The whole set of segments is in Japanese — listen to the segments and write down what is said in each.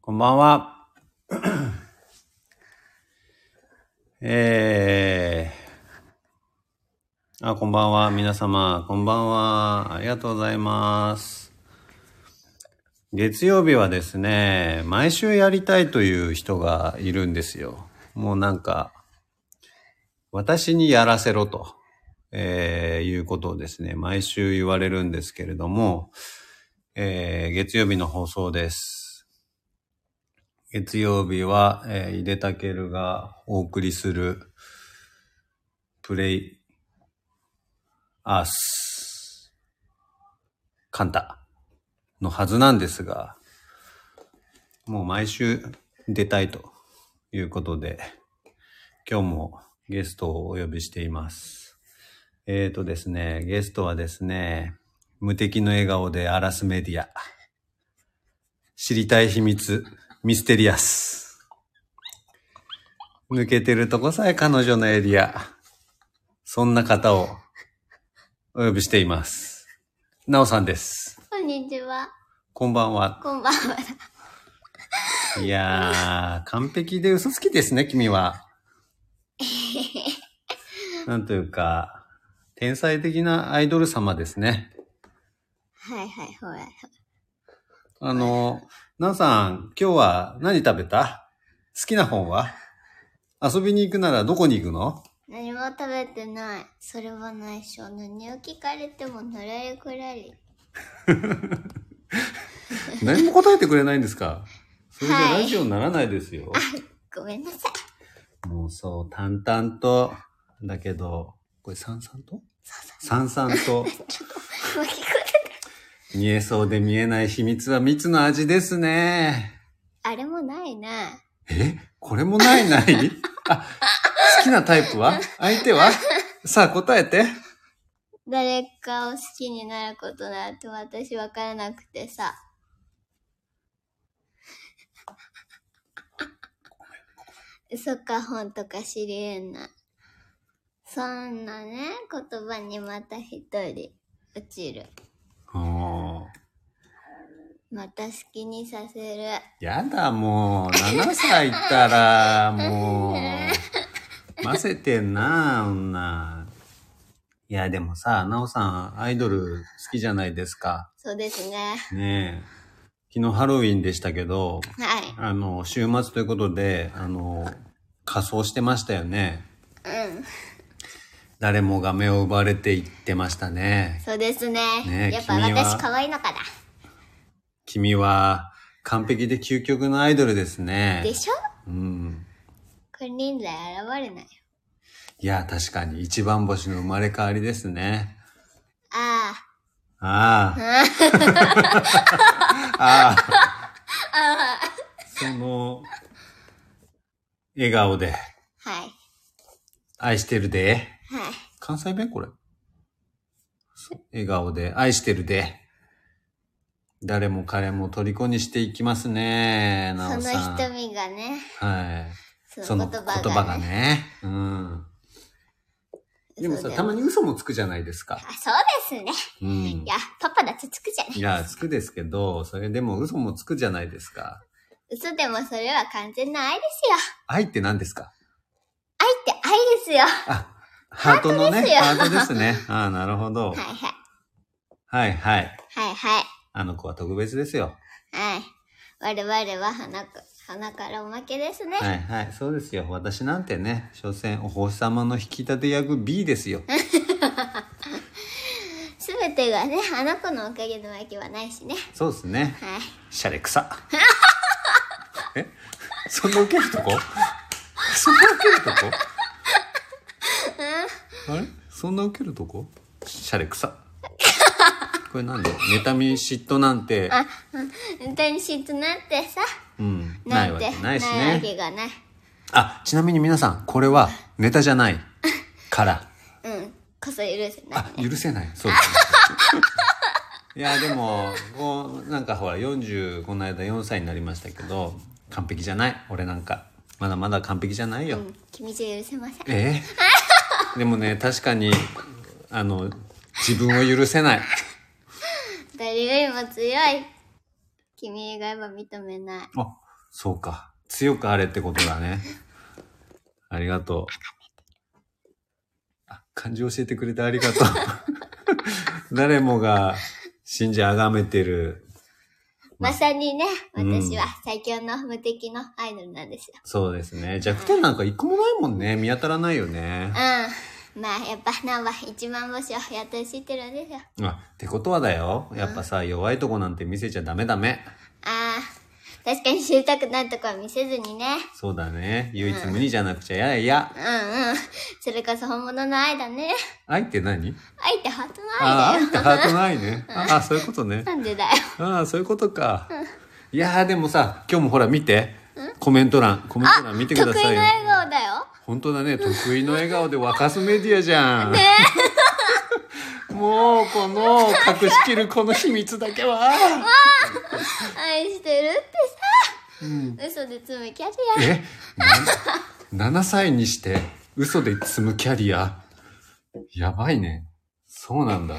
こんばんは。えー、あ、こんばんは。皆様、こんばんは。ありがとうございます。月曜日はですね、毎週やりたいという人がいるんですよ。もうなんか、私にやらせろと、えーいうことをですね、毎週言われるんですけれども、えー月曜日の放送です。月曜日は、えー、いでたけるがお送りする、プレイ、アース、カンタのはずなんですが、もう毎週出たいということで、今日もゲストをお呼びしています。えーとですね、ゲストはですね、無敵の笑顔でアラスメディア。知りたい秘密、ミステリアス。抜けてるとこさえ彼女のエリア。そんな方をお呼びしています。なおさんです。こんにちは。こんばんは。こんばんは。いやー、完璧で嘘つきですね、君は。なんというか、天才的なアイドル様ですね。はいはい、ほら。あの、なおさん、今日は何食べた好きな本は遊びに行くならどこに行くの何も食べてない。それは内緒。何を聞かれてものらりくらり。何も答えてくれないんですかそれじゃはいラジオにならないですよ。ごめんなさい。もうそう、淡々と、だけど、これ三々と三々と、もう聞こえて見えそうで見えない秘密は蜜の味ですね。たあれもないな。えこれもないないあ、好きなタイプ は相手はさあ答えて。誰かを好きになることなんて私わからなくてさ。嘘か本とか知り得ない。そんなね、言葉にまた一人落ちる。もまた好きにさせる。う、やだもう、7歳ったら、もう、混ぜてんな、女。いや、でもさ、なおさん、アイドル好きじゃないですか。そうですね。ねえ。昨日ハロウィンでしたけど、はい。あの、週末ということで、あの、仮装してましたよね。うん。誰もが目を奪われていってましたね。そうですね。ねえやっぱ君は私可愛いのか君は、完璧で究極のアイドルですな。ねで。しょうん。これ人材現れないよ。いや、確かに一番星の生まれ変わりですね。あああ。 ああ。あ。その、笑顔で、はい。愛してるで。はい。関西弁これ。そ笑顔で、愛してるで。誰も彼も虜にしていきますね、なそおのさん。瞳がね、はい。そそのの言言葉葉ががね。ね。うん。でもそさ、うだよたまに嘘もつくじゃないですか。あそうですね。うんい。や、パパだってつくじゃねいや、つくですけど、それでも嘘もつくじゃないですか。嘘でもそれは完全な愛ですよ。愛って何ですか愛って愛ですよ。はあ、ハートのね、ハハートですね。ああ、なるほどい。はい。はいはい。はいはい。あの子は特別ですよ。はい。我々は花か、花からおまけですね。はいはい。そうですよ。私なんてね、所詮お星様の引き立て役 B ですよ。すべてがね、あの子のおかげのわけはないしね。そうですね。はい。シャレ 草。えそんな受けると こそんな受けるとこあれそんな受けるとこシャレ 草。これなんだ妬み嫉妬なんて、本当に嫉妬なんてさ、うん、なないんわてけないしわね。けがない。あ、ちなみに皆さん、これはネタじゃないから。うん。こそ許せないあ。、許せない。そうです、ね。いや、でも、こう、なんかほら、40、この間4歳になりましたけど、完璧じゃない。俺なんか。まだまだ完璧じゃないよ。うん。君じゃ許せません。ええでもね、確かに、あの、自分を許せない。誰よりも強い。君以外は認めない。あ、そうか。強くあれってことだね。ありがとう。あ、漢字教えてくれてありがとう。 誰もが信じあがめてる。まさにね、うん私は最強の無敵のアイドルなんですよ。そうですね。弱点なんか一個もないもんね。見当たらないよね。うん。まあ、やっぱ、ナンバ一万星をやっと知ってるんですよ。あ、ってことはだよ。やっぱさ、弱いとこなんて見せちゃダメダメ。ああ、確かに知りたくないとこは見せずにね。そうだね。唯一無二じゃなくちゃやいや。うんうん。それこそ本物の愛だね。愛って何愛って本当のああ、愛愛ってハートないね。ああ、そういうことねだ。よ。なんでだよ。ああ、そういうことか。いやーでもさ、今日もほら見て。コメント欄、コメント欄見て得く意だのさいよ。笑顔だよ。本当だね、得意の笑顔で沸かすメディアじゃん。 もう、この、隠しきるこの秘密だけは。愛してるってさ、嘘で積むキャリえ、な7歳にして、嘘で積むキャリア。やばいね。そうなんだ。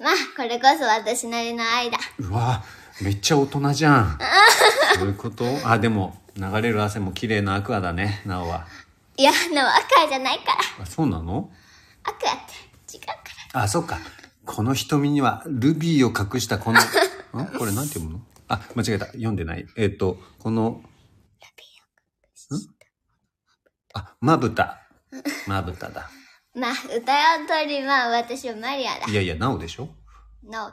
アまあこれこそ私なりの愛だうわめっちゃ大人じゃん。そういうことあ、でも、流れる汗も綺麗なアクアだね、なおは。いやでもアクアじゃないからあ、そうなのアクアって違うからあ、そっか。この瞳にはルビーを隠した この、んこれなんて読むのあ、間違えた。読んでない。えっ、と、この、ルビーを隠した。あ、まぶた。まぶただ。まあ歌う通りまあ私はマリアだいやいや、なおでしょノーだよ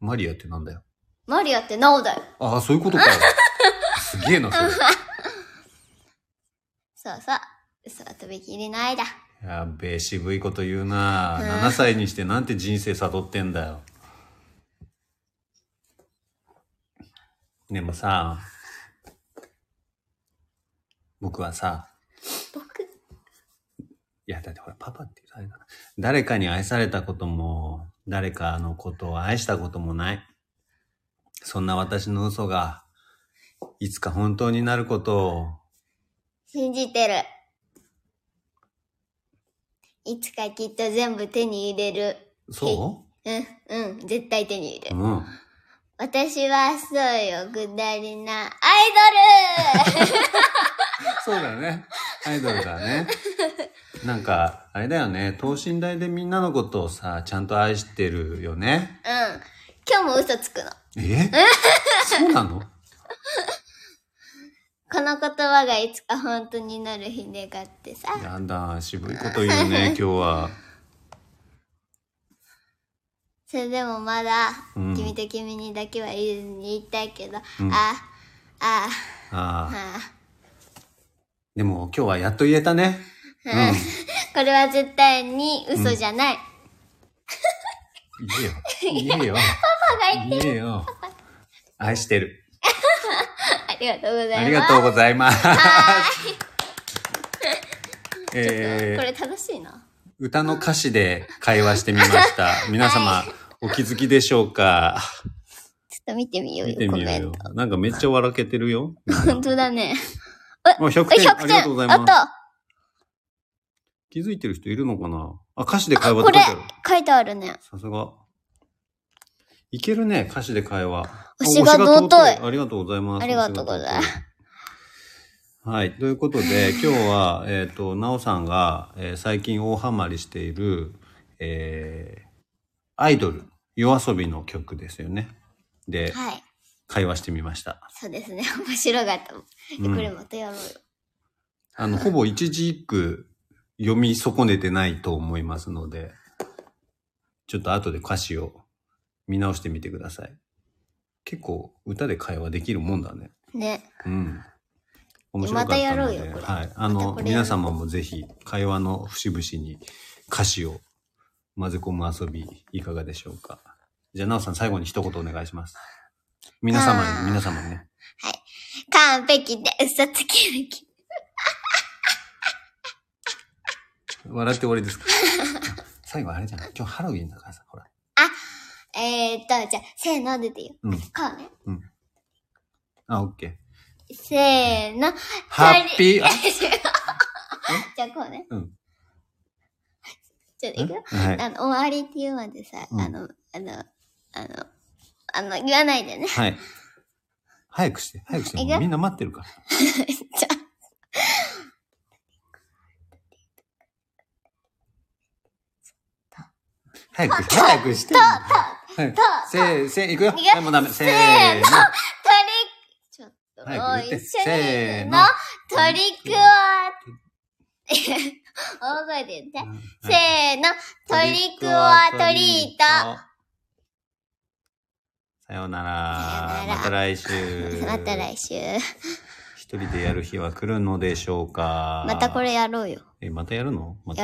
マリアってなんだよ。マリアってノーだよああ、そういうこと か。すげえな、それ。そうそう嘘はとびきりの愛だやっべえ、渋いこと言うな7歳にしてなんて人生悟ってんだよ。でもさ、僕はさ、僕いや、だってほら、パパって言うとあれだな。誰かに愛されたことも、誰かのことを愛したこともない。そんな私の嘘が、いつか本当になることを、信じてるいつかきっと全部手に入れるそうんうん絶対手に入れうるうん。私はそうよくだりなアイドルそうだね。アイドルだね。なんか、あれだよね。等身大でみんなのことをさ、ちゃんと愛してるよね。うん。今日も嘘つくの。えそうなのこの言葉がいつか本当になる日願ってさ。やだ、渋いこと言う ね、今日は。それでもまだ、うん君と君にだけは言えずに言いたいけど、うんあ、ああ、あ。あ、でも今日はやっと言えたね。うん。言これは絶対に嘘じゃない。えよ。言えよ。パパが言って、言えよ。愛してる。ありがとうございます。ありがとうござい ます。えーこれ楽しいな。歌の歌詞で会話してみま した。皆様、お気づきでしょうかちょっと見てみよう見て よ、コみよメうンよト。。なんかめっちゃ笑けてるよ。本当だね。あ、100え、点。 あ100りがとうござい点あます。った気づいてる人いるのかなあ、歌詞で会話っこてれ書いてある。書いてあるね。さすが。いけるね、歌詞で会話。推しがあ尊いありがとうございます。ありがとうございます推しが尊はい。ということで、今日は、えっ、と、なおさんが、えー最近大ハマりしている、えーアイドル、夜遊びの曲ですよね。で、はい。会話してみました。そうですね。 面白かったもん。えうんこれまたやろうよ。あの、ほぼ一字一句読み損ねてないと思いますので、ちょっと後で歌詞を見直してみてください。結構歌で会話できるもんだね。ね。うん。面白かったので。またやろうよこれはい。あまたの、これやろう皆様もぜひ会話の節々に歌詞を混ぜ込む遊びいかがでしょうか。じゃあ、なおさん最後に一言お願いします。皆様あーに、皆様にね。完璧で嘘つき抜き。笑って終わりですか 最後あれじゃない今日ハロウィンだからさ、ほら。えー、っと、じゃあ、せーの出てよ。うん。こうね。あ、オッケー。せーの。ハッピー、あ、 じゃあこうね。うん。ちょっといくよ。はい。あの、終わりって言うまでさ、うんあの、あの、あの、あの、言わないでね。はい。早くして、早くして。いくもうみんな待ってるから。 じゃあ早くして、早くして。はいせー、せー、いくよ。はい、もうダメ。せーの。トリック、ちょっと、早く言って一緒せーにののトリックは、 大声で言って。せーの、トリックはトリート。さようなさらようならまた来週 また来週。一人でやる日は来るのでしょうかまたこれやろうよ。えまたやるのまた